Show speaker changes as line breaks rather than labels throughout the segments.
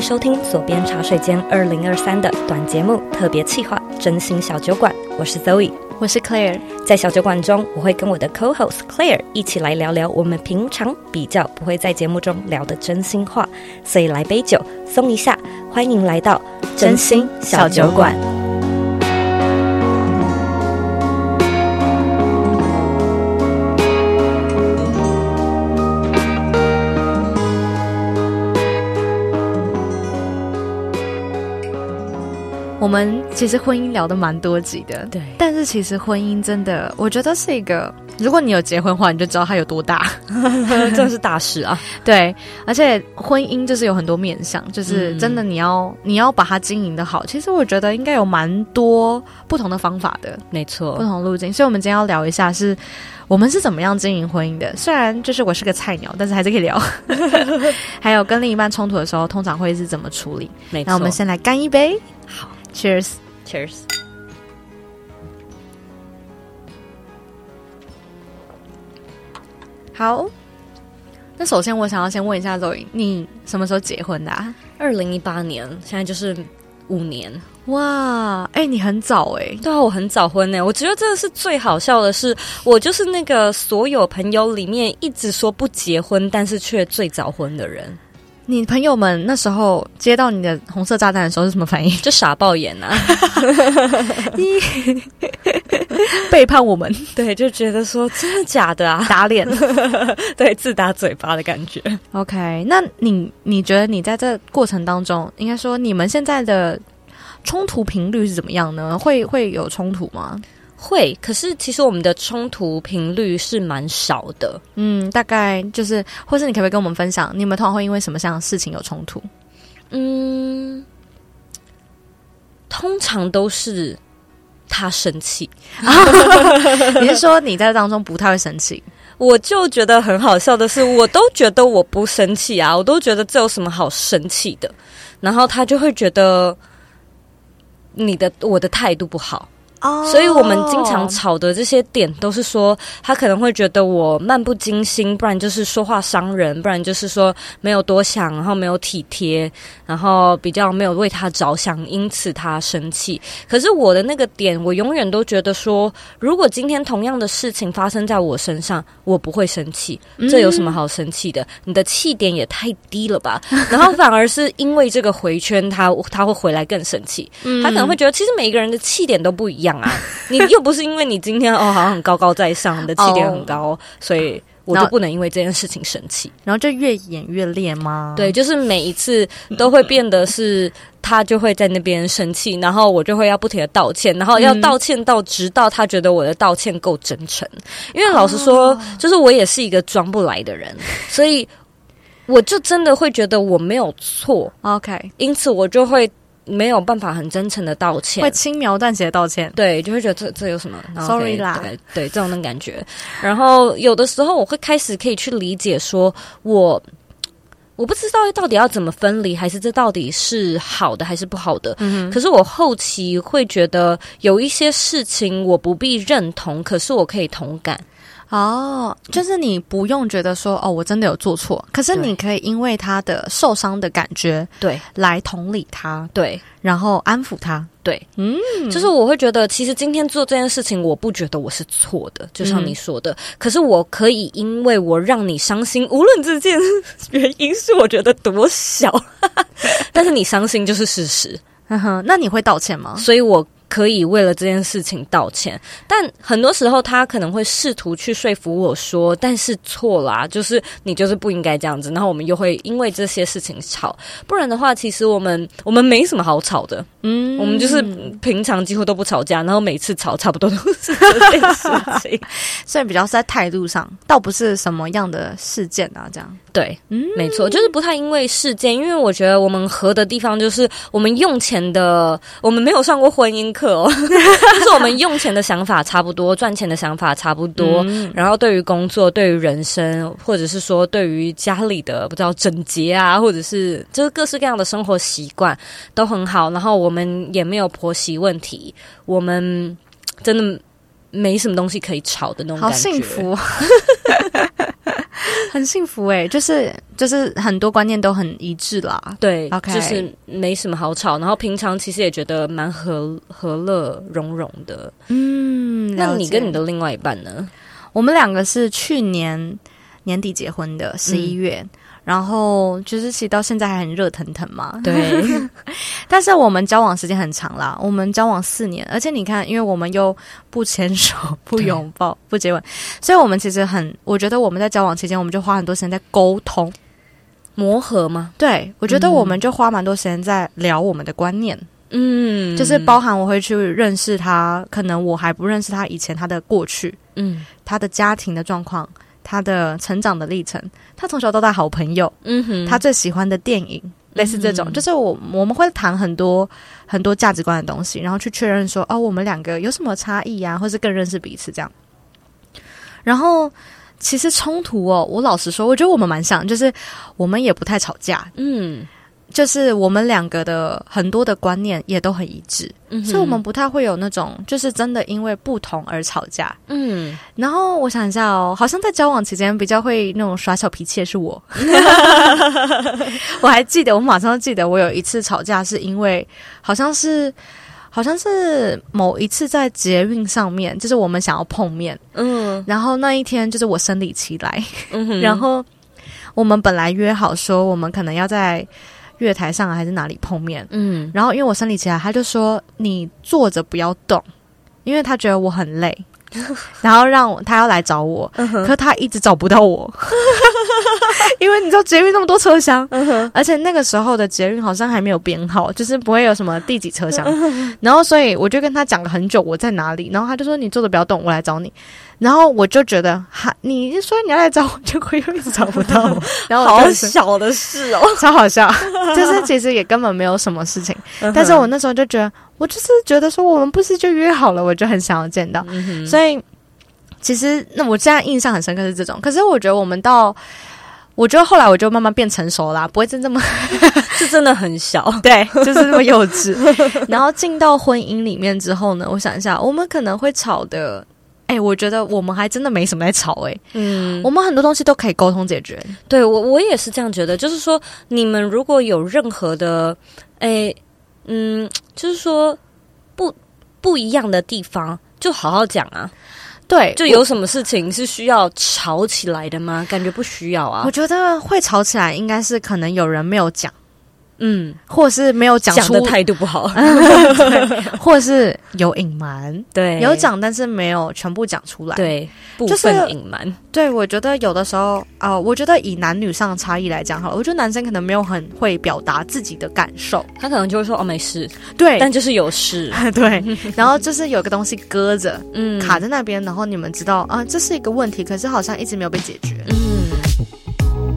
收听左边茶水间二零二三的短节目特别企划《真心小酒馆》，我是 Zoe。
我是 Claire，
在小酒馆中，我会跟我的 co-host Claire 一起来聊聊我们平常比较不会在节目中聊的真心话，所以来杯酒松一下，欢迎来到
真心小酒馆。我们其实婚姻聊的蛮多集的，
对
但是其实婚姻真的，我觉得是一个，如果你有结婚的话，你就知道它有多大。
真的是大事啊！
对，而且婚姻就是有很多面向，就是
嗯
真的你要、你要把它经营的好。其实我觉得应该有蛮多不同的方法的，
没
不
错，
同路径。所以我们今天要聊一下是，我们是怎么样经营婚姻的。虽然就是我是个菜鸟，但是还是可 以聊。还有跟另一半冲突的时候，通常会是怎么处理？
没错。
那我们先来干一杯，好，Cheers。
Cheers。
好，那首先我想要先问一下 Zoe，你什么时候结婚的、啊？
二零一八年，现在就是五年。
哇，哎、你很早哎、
对啊，我很早婚呢、我觉得真的是最好笑的是，我就是那个所有朋友里面一直说不结婚，但是却最早婚的人，？
你朋友们那时候接到你的红色炸弹的时候是什么反应
就傻爆眼啊！
背叛我们，
对，就觉得说真的假的 啊？
打脸。
对，自打嘴巴的感觉。
OK，那你你觉得你在这过程当中，应该说你们现在的冲突频率是怎么样呢？会会有冲突吗？
会，可是其实我们的冲突频率是蛮少的。
嗯，大概就是，或是你可不可以跟我们分享，你们通常会因为什么样的事情有冲 突？
嗯，通常都是他生气，
你是说你在当中不太会生气？
我就觉得很好笑的是，我都觉得我不生气啊，我都觉得这有什么好生气的。然后他就会觉得你的我的态度不好，
哦
所以我们经常吵的这些点都是说，他可能会觉得我漫不经心，不然就是说话伤人，不然就是说没有多想，然后没有体贴，然后比较没有为他着想，因此他生气。可是我的那个点，我永远都觉得说，如果今天同样的事情发生在我身上，我不会生气，
嗯
这有什么好生气的？你的气点也太低了吧！然后反而是因为这个回圈，他他会回来更生气。
嗯
他可能会觉得，其实每一个人的气点都不一样啊。你又不是因为你今天哦，好像很高高在上，你的气点很高，所以我就
那
不能因为这件事情生气。
然后就越演越烈吗？
对，，就是每一次都会变得是他就会在那边生气，然后我就会要不停的道歉，然后要
嗯
道歉到直到他觉得我的道歉够真诚。因为老实说，就是我也是一个装不来的人，所以我就真的会觉得我没有错，
，OK，
因此我就会没有办法很真诚的道歉
会。轻描淡写的道歉。
对，就会觉得这这有什么然后
Sorry
可以
啦
对对，这种的感觉。然后有的时候我会开始可以去理解说，我我不知道到底要怎么分离，还是这到底是好的还是不好的。
嗯
可是我后期会觉得有一些事情我不必认同，可是我可以同感。
哼，哦，就是你不用觉得说哦，我真的有做错，可是
对
你可以因为他的受伤的感觉
对
来同理他，
对，
然后安抚他。
对，
嗯，
就是我会觉得，其实今天做这件事情，我不觉得我是错的，就像你说的。可是我可以因为我让你伤心，无论这件原因是我觉得多小， 但是你伤心就是事实，
嗯哼，那你会道歉吗？
所以我。可以为了这件事情道歉，但很多时候他可能会试图去说服我说，但是错啦、就是你就是不应该这样子。然后我们又会因为这些事情吵，不然的话，其实我们我们没什么好吵的。
嗯
我们就是平常几乎都不吵架，然后每次吵差不多都是这 件事情。
所以比较是在态度上，倒不是什么样的事件啊，这样。
对，
嗯
没错，就是不太因为事件，因为我觉得我们合的地方就是我们用钱的，我们没有上过婚姻课哦， 就是我们用钱的想法差不多，赚钱的想法差不多，
嗯
然后对于工作、对于人生，或者是说对于家里的不知道整洁啊，或者是就是各式各样的生活习惯都很好，然后我们也没有婆媳问题，我们真的没什么东西可以吵的那种
好
感觉，
幸福。 很幸福哎、就是就是很多观念都很一致啦。
对
OK
就是没什么好吵，然后平常其实也觉得蛮和和乐融融的。
嗯
那你跟你
的
的另外一半呢？
我们两个是去年年底结婚
嗯
的，十一月。然后就是，其实到现在还很热腾腾嘛。
对，
但是我们交往时间很长啦，我们交往四年，而且你看，因为我们又不牵 手、不拥抱、不接吻，所以我们其实很，我觉得我们在交往期间，我们就花很多时间在沟通。
磨合吗？
对，我觉得我们就花蛮多时间在聊我们的观念，
嗯，
就是包含我会去认识他，可能我还不认识他以前他的过去、
嗯
他的家庭的状况、他的成长的历程、他从小到大好朋友、
嗯哼，
他最喜欢的电影，类似这种，就是我我们会谈很多很多价值观的东西，然后去确认说哦，我们两个有什么差异啊，或是更认识彼此这样。然后其实冲突哦，我老实说，我觉得我们蛮像，就是我们也不太吵架，
嗯
就是我们两个的很多的观念也都很一致，
嗯哼，
所以我们不太会有那种就是真的因为不同而吵架。
嗯，
然后我想一下哦，好像在交往期间比较会那种耍小脾气的是我。 我还记得，我马上记得，我有一次吵架是因为好像是好像是某一次在捷运上面，就是我们想要碰面，
嗯
然后那一天就是我生理期来，
嗯哼，
然后我们本来约好说我们可能要在月台上啊还是哪里碰面，
嗯
然后因为我生理期来，啊他就说你坐着不要动，因为他觉得我很累， 然后让我他要来找我，可他一直找不到 我，因为你知道捷运那么多车厢，而且那个时候的捷运好像还没有编号，就是不会有什么第几车厢，然后所以我就跟他讲了很久我在哪里，然后他就说你坐着不要动，我来找你，然后我就觉得哈，你一说你要来找我，结果又一直找不到 我，然后我
好
就
小的事哦，
超好笑，就是其实也根本没有什么事情，
嗯
但是我那时候就觉得，我就是觉得说我们不是就约好了，我就很想要见到，
嗯
所以其实那我现在印象很深刻是这种，可是我觉得我们到。我觉得后来我就慢慢变成熟啦，不会真这么
是真的很小，
对，就是这么幼 稚。然后进到婚姻里面之后呢，我想一下，我们可能会吵的，哎、我觉得我们还真的没什么在吵、哎、
嗯，
我们很多东西都可以沟通解决。
对我我也是这样觉得，就是说你们如果有任何的，诶，嗯，就是说不不一样的地方，就好好讲啊。
对，
就
我
有什么事情是需要吵起来的吗？感觉不需要啊
我。觉得会吵起来，应该是可能有人没有讲，
嗯，
或是没有讲
讲
出啊
的，态度不好。
对 或是有隐瞒，
对，
有讲，但是没有全部讲出来。，
对部
就是
分隐瞒。
对我觉得有的时候啊、呃我觉得以男女上的差异来讲好了，我觉得男生可能没有很会表达自己的感受，
他可能就会说哦没事，
对，
但就是有事。
对，然后就是有个东西搁着，
嗯，
卡在那边，然后你们知道啊、这是一个问题，可是好像一直没有被解决。
嗯。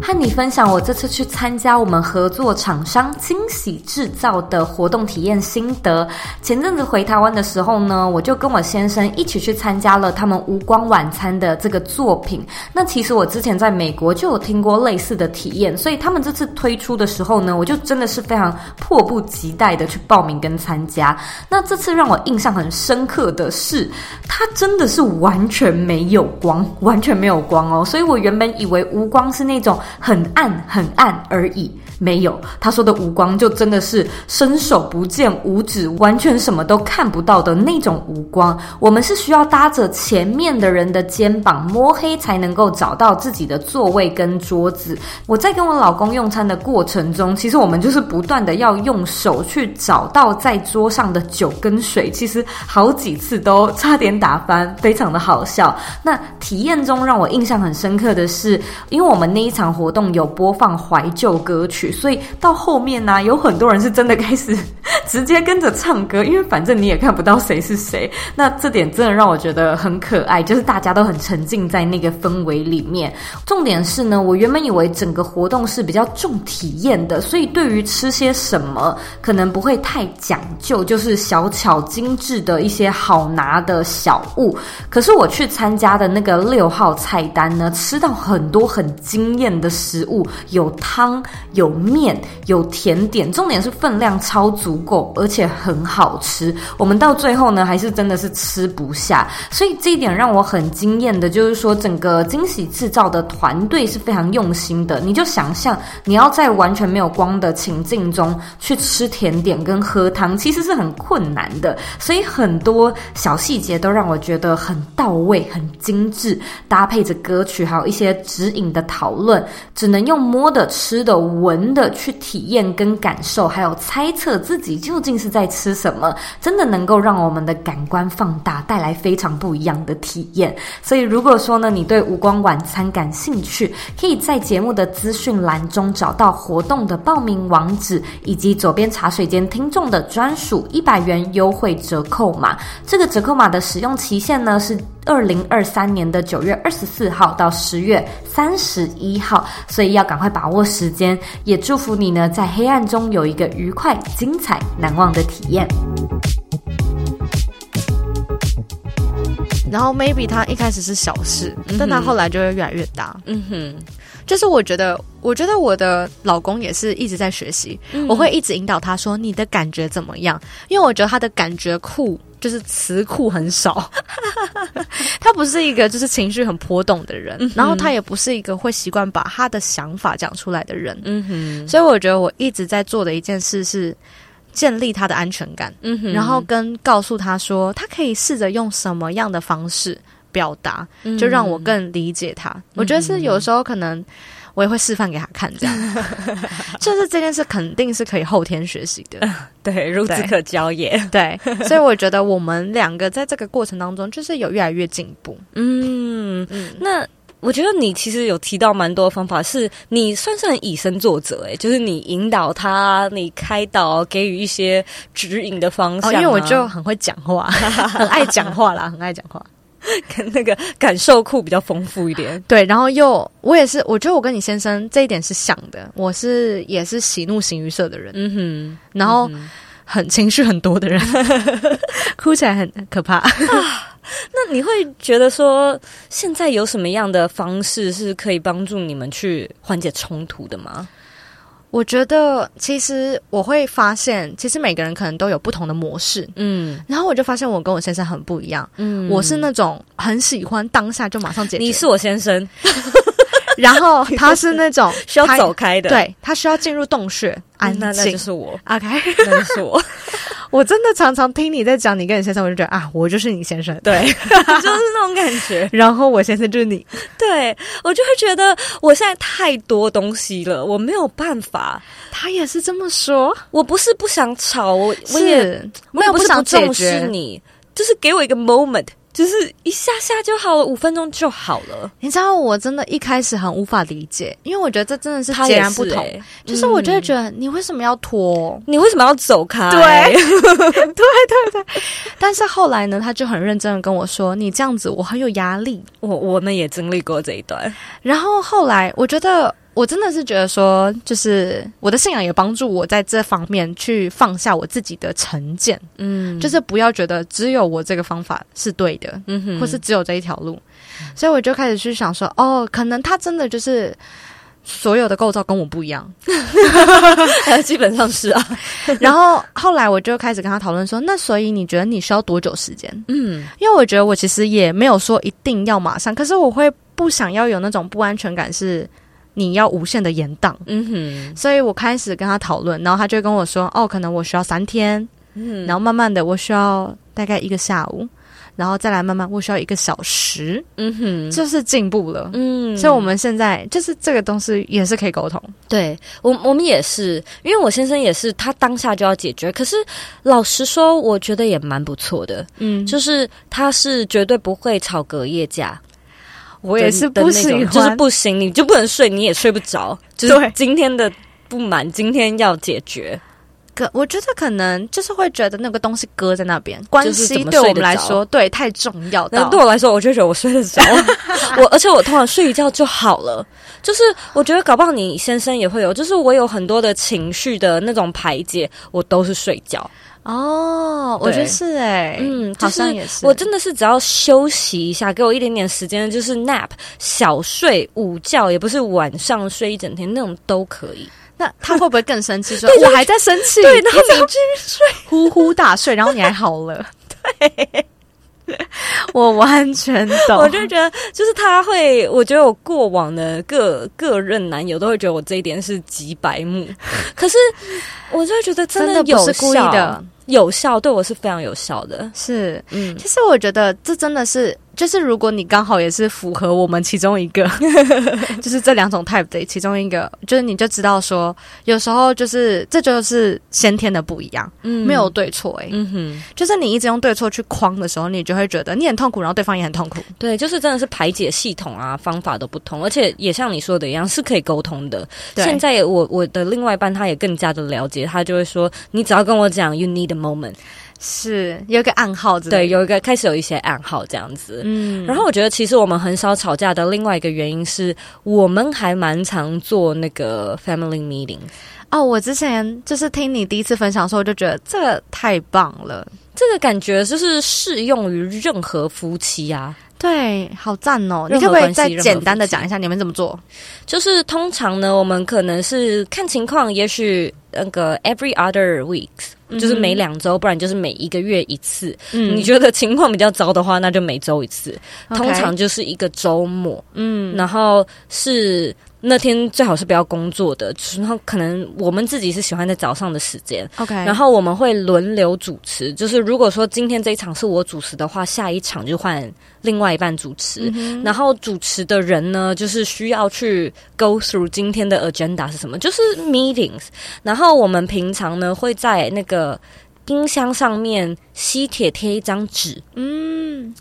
和你分享我这次去参加我们合作厂商惊喜制造的活动体验心得。前阵子回台湾的时候呢，我就跟我先生一起去参加了他们无光晚餐的这个作品。那其实我之前在美国就有听过类似的体验，所以他们这次推出的时候呢，我就真的是非常迫不及待的去报名跟参加。那这次让我印象很深刻的是，它真的是完全没有光，完全没有光哦。所以我原本以为无光是那种很暗很暗而已，没有。他说的无光就真的是伸手不见五指，完全什么都看不到的那种无光。我们是需要搭着前面的人的肩膀摸黑才能够找到自己的座位跟桌子。我在跟我老公用餐的过程中，其实我们就是不断的要用手去找到在桌上的酒跟水，其实好几次都差点打翻，非常的好笑。那体验中让我印象很深刻的是，因为我们那一场活动有播放怀旧歌曲，所以到后面呢、有很多人是真的开始 直接跟着唱歌，因为反正你也看不到谁是谁。那这点真的让我觉得很可爱，就是大家都很沉浸在那个氛围里面。重点是呢，我原本以为整个活动是比较重体验的，所以对于吃些什么可能不会太讲究，就是小巧精致的一些好拿的小物。可是我去参加的那个六号菜单呢，吃到很多很惊艳的食物，有汤、有面、有甜点，重点是分量超足够。口，而且很好吃。我们到最后呢，还是真的是吃不下，所以这一点让我很惊艳的，就是说整个惊喜制造的团队是非常用心的。你就想象你要在完全没有光的情境中去吃甜点跟喝汤，其实是很困难的。所以很多小细节都让我觉得很到位、很精致，搭配着歌曲，还有一些指引的讨论，只能用摸的、吃的、闻的去体验跟感受，还有猜测自己究竟是在吃什么，真的能够让我们的感官放大，带来非常不一样的体验。所以，如果说呢，你对无光晚餐感兴趣，可以在节目的资讯栏中找到活动的报名网址，以及左边茶水间听众的专属一百元优惠折扣码。这个折扣码的使用期限呢是二零二三年的九月二十四号到十月三十一号，所以要赶快把握时间。也祝福你呢，在黑暗中有一个愉快、精彩、难忘的体验。
然后 maybe 它一开始是小事，但它后来就会越来越大。
嗯哼，
就是我觉得，我觉得我的老公也是一直在学习，
嗯
我会一直引导他说你的感觉怎么样，因为我觉得他的感觉库就是词库很少， 他不是一个就是情绪很波动的人，
嗯
然后他也不是一个会习惯把他的想法讲出来的人，
嗯哼，
所以我觉得我一直在做的一件事是建立他的安全感。
嗯哼
然后跟告诉他说，他可以试着用什么样的方式表达，就让我更理解他。我觉得是有时候可能我也会示范给他看，这样，就是这件事肯定是可以后天学习的，
对孺
对
可教也。
对。所以我觉得我们两个在这个过程当中，就是有越来越进步。
嗯，
嗯，
那我觉得你其实有提到蛮多的方法，是你算是很以身作则，哎，就是你引导他，你开导，给予一些指引的方向、
哦，因为我 就。很会讲话，很爱讲话啦，很爱讲话。
跟那个感受库比较丰富一点。
对，然后又我也是，我觉得我跟你先生这一点是像的，我是也是喜怒形于色的人，
嗯
然后很情绪很多的 人，哭起来很可怕。
哼，那你会觉得说，现在有什么样的方式是可以帮助你们去缓解冲突的吗？
我觉得其实我会发现，其实每个人可能都有不同的模式。
嗯
然后我就发现我跟我先生很不一样，
嗯
我是那种很喜欢当下就马上解决，
你是我先生，
然后他是那种
需要
他
走开的，
对他需要进入洞穴安
嗯那那
静
就。是我，
OK，
那就是我，
我真的常常听你在讲你跟你先生，我就觉得啊，我就是你先生，
对，就是那种感觉。
然后我先生就是你，
对我就会觉得我现在太多东西了，我没有办法。
他也是这么说，
我不是不想吵，我我也
是，
我也
有
不
不
是
想
不
解
重
决
视你，就是给我一个 moment，就是一下下就好了，五分钟就好了。
你知道我真的一开始很无法理解，因为我觉得这真的是
他
截
也
然不
是
同，
欸
就是我就会觉得你为什么要拖？
你为什么要走开？
对但是后来呢，他就很认真的跟我说，你这样子我很有压力。
我我们也经历过这一段。
然后后来我觉得。我真的是觉得说，就是我的信仰也帮助我在这方面去放下我自己的成见，
嗯
就是不要觉得只有我这个方法是对的，
嗯哼
或是只有这一条路，所以我就开始去想说，哦，可能他真的就是所有的构造跟我不一样，
基本上是啊，
然后后来我就开始跟他讨论说，那所以你觉得你需要多久时间？
嗯
因为我觉得我其实也没有说一定要马上，可是我会不想要有那种不安全感，是你要无限的延宕。
嗯哼，
所以我开始跟他讨论，然后他就跟我说，哦，可能我需要三天，
嗯
然后慢慢的我需要大概一个下午，然后再来慢慢我需要一个小时，
嗯哼，
就是进步了。
嗯
所以我们现在就是这个东西也是可以沟通，
对我，我们也是，因为我先生也是，他当下就要解决。可是老实说，我觉得也蛮不错的，
嗯就
就是他是绝对不会吵隔夜架
我
的，
也是
的
不
那
喜
种
欢，
就是不行，你就不能睡，你也睡不着，就是
对
今天的不满，今天要解决。
可我觉得可能就是会觉得那个东西搁在那边，关
就是怎
系
么
对我
睡
们
得
来
着
说对太重要
那
到
对我来说，我就觉得我睡得着， 我而且我通常睡一觉就好了。就是我觉得搞不好你先生也会有，就是我有很多的情绪的那种排解，我都是睡觉。
哦，我觉得是哎、
嗯
好
就是
像也是，
我真的是只要休息一下，给我一点点时间，就是 nap 小睡午觉，也不是晚上睡一整天那种都可以。
那他会不会更 生气？说
对
我
对
还在生气，
对，然后
你
你继续睡。
呼呼大睡，然后你还好了，对，我完全懂，
我就觉得，就是他会，我觉得我过往的各各任男友都会觉得我这一点是极白目， 可是我就会觉得真
真
的
的
有
不是故意
效
的，，
有效对我是非常有效的。
是。
嗯，
其实我觉得这真的是，就是如果你刚好也是符合我们其中一 个，就是这两种 type 的其中一个，就是你就知道说，有时候就是这就是先天的不一样，
嗯
没有，对错诶、欸
嗯哼，
就是你一直用对错去框的时候，你就会觉得你很痛苦，然后对方也很痛苦。
对，就是真的是排解系统啊，方法都不同，而且也像你说的一样，是可以沟通的。
对
现在我我的另外一半他也更加的了解，他就会说，你只要跟我讲，you need a moment，
是有一个暗号之类
对，
的，
有一个开始有一些暗号这样子，
嗯，
然后我觉得，其实我们很少吵架的另外一个原因是，我们还蛮常做那个 family meeting。
哦，我之前就是听你第一次分享的时候，我就觉得这个太棒了，
这个感觉就是适用于任何夫妻啊，
对，好赞哦！你
任何
可不可以
关系
再
任何
简单的
夫妻
讲一下你们怎么做？
就是通常呢，我们可能是看情况，也许那个 every other weeks，、就是每两周，不然就是每一个月一次。
嗯
你觉得情况比较糟的话，那就每周一次。
OK
通常就是一个周末，
嗯
然后是那天最好是不要工作的，然后可能我们自己是喜欢在早上的时间。
OK，
然后我们会轮流主持，就是如果说今天这一场是我主持的话，下一场就换另外一半主
嗯
持。然后主持的人呢，就是需要去 go through 今天的 agenda 是什么，就是 meetings。然后我们平常呢会在那个冰箱上面吸铁贴一张纸，
嗯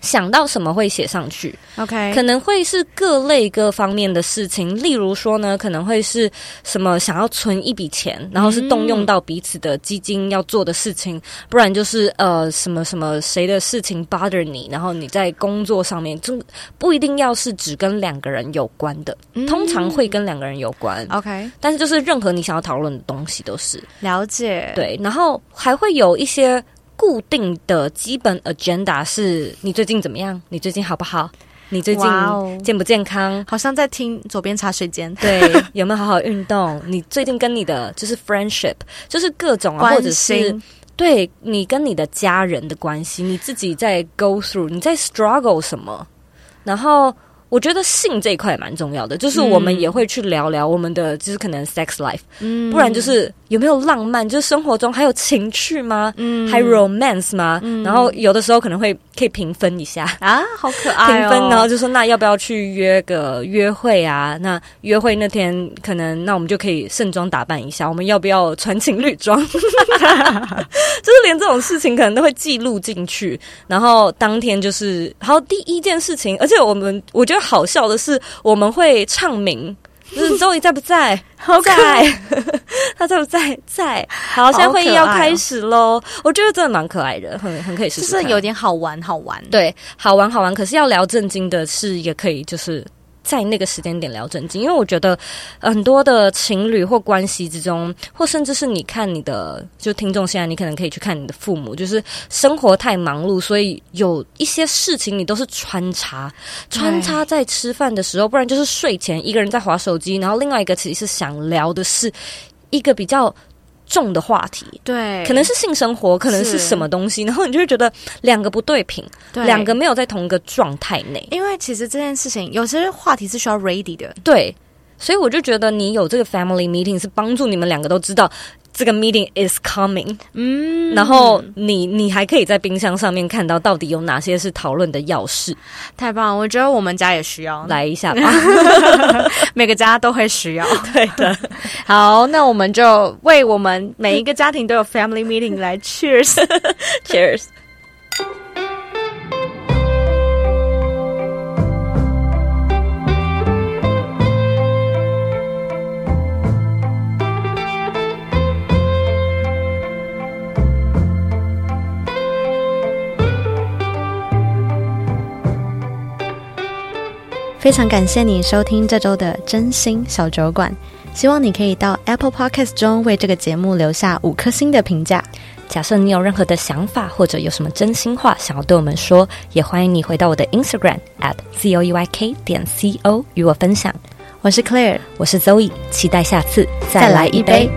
想到什么会写上去。
，OK，
可能会是各类各方面的事情，例如说呢，可能会是什么想要存一笔钱，然后是动用到彼此的基金要做的事情，不然就是呃什么什么谁的事情 bother 你，然后你在工作上面就不一定要是只跟两个人有关的，通常会跟两个人有关，
嗯 OK，
但是就是任何你想要讨论的东西都是
了解，，
对，然后还会有一些。固定的基本 agenda 是你最近怎么样？你最近好不好？你最近
哇哦
健不健 康？
好像在听左边茶水间
对，有没有好好运动？你最近跟你的就是 friendship，就是各种啊，或
关
者是
心，
对你跟你的家人的关系，你自己在 go through，你在 struggle 什么？然后我觉得性这一块也蛮重要的，就是我们
嗯
也会去聊聊我们的就是可能 sex life，、
嗯
不然就是有没有浪漫，就是生活中还有情趣吗？
嗯
还 romance 吗？
嗯
然后有的时候可能会可以评分一下，
啊，好可爱、
评
哦，
分，然后就说那要不要去约个约会啊？那约会那天可能那我们就可以盛装打扮一下，我们要不要穿情侣装？ 就是连这种事情可能都会记录进去，然后当天就是，然后第一件事情，而且我们我觉得好笑的是，我们会唱名。就是周瑜在不在？
好可爱，
在， 他在不在？在。好，现在会议要开始喽。我觉得真的蛮可爱的，很很可以试
就
试看。
是有点好玩，好玩，
对，好玩好玩，可是要聊正经的事，也可以就是在那个时间点聊正经，因为我觉得很多的情侣或关系之中，或甚至是你看你的就听众，啊现在你可能可以去看你的父母，就是生活太忙碌，所以有一些事情你都是穿插穿插在吃饭的时候，不然就是睡前一个人在划手机，然后另外一个其实是想聊的是一个比较重的话题。
对，
可能是性生活，可能是
是
什么东西，然后你就会觉得两个不对频，
对
两个。没有在同一个状态内。
因为其实这件事情，有些话题是需要 ready 的，
对，所以我就觉得你有这个 family meeting 是帮助你们两个都知道这个 meeting is coming，
嗯
然后你你还可以在冰箱上面看到到底有哪些是讨论的要事，
太棒了，我觉得我们家也需 要，
来一下吧。
每个家都会需要。
对的，
好，那我们就为我们每一个家庭都有 family meeting 来 cheers。
Cheers。
非常感谢你收听这周的真心小酒馆，希望你可以到 Apple Podcast 中为这个节目留下五颗星的评价。
假设你有任何的想法或者有什么真心话想要对我们说，也欢迎你回到我的 Instagram at z o e y k 点 c o 与我分享。我是 Claire，
我是 Zoe，期待下次
再来一杯。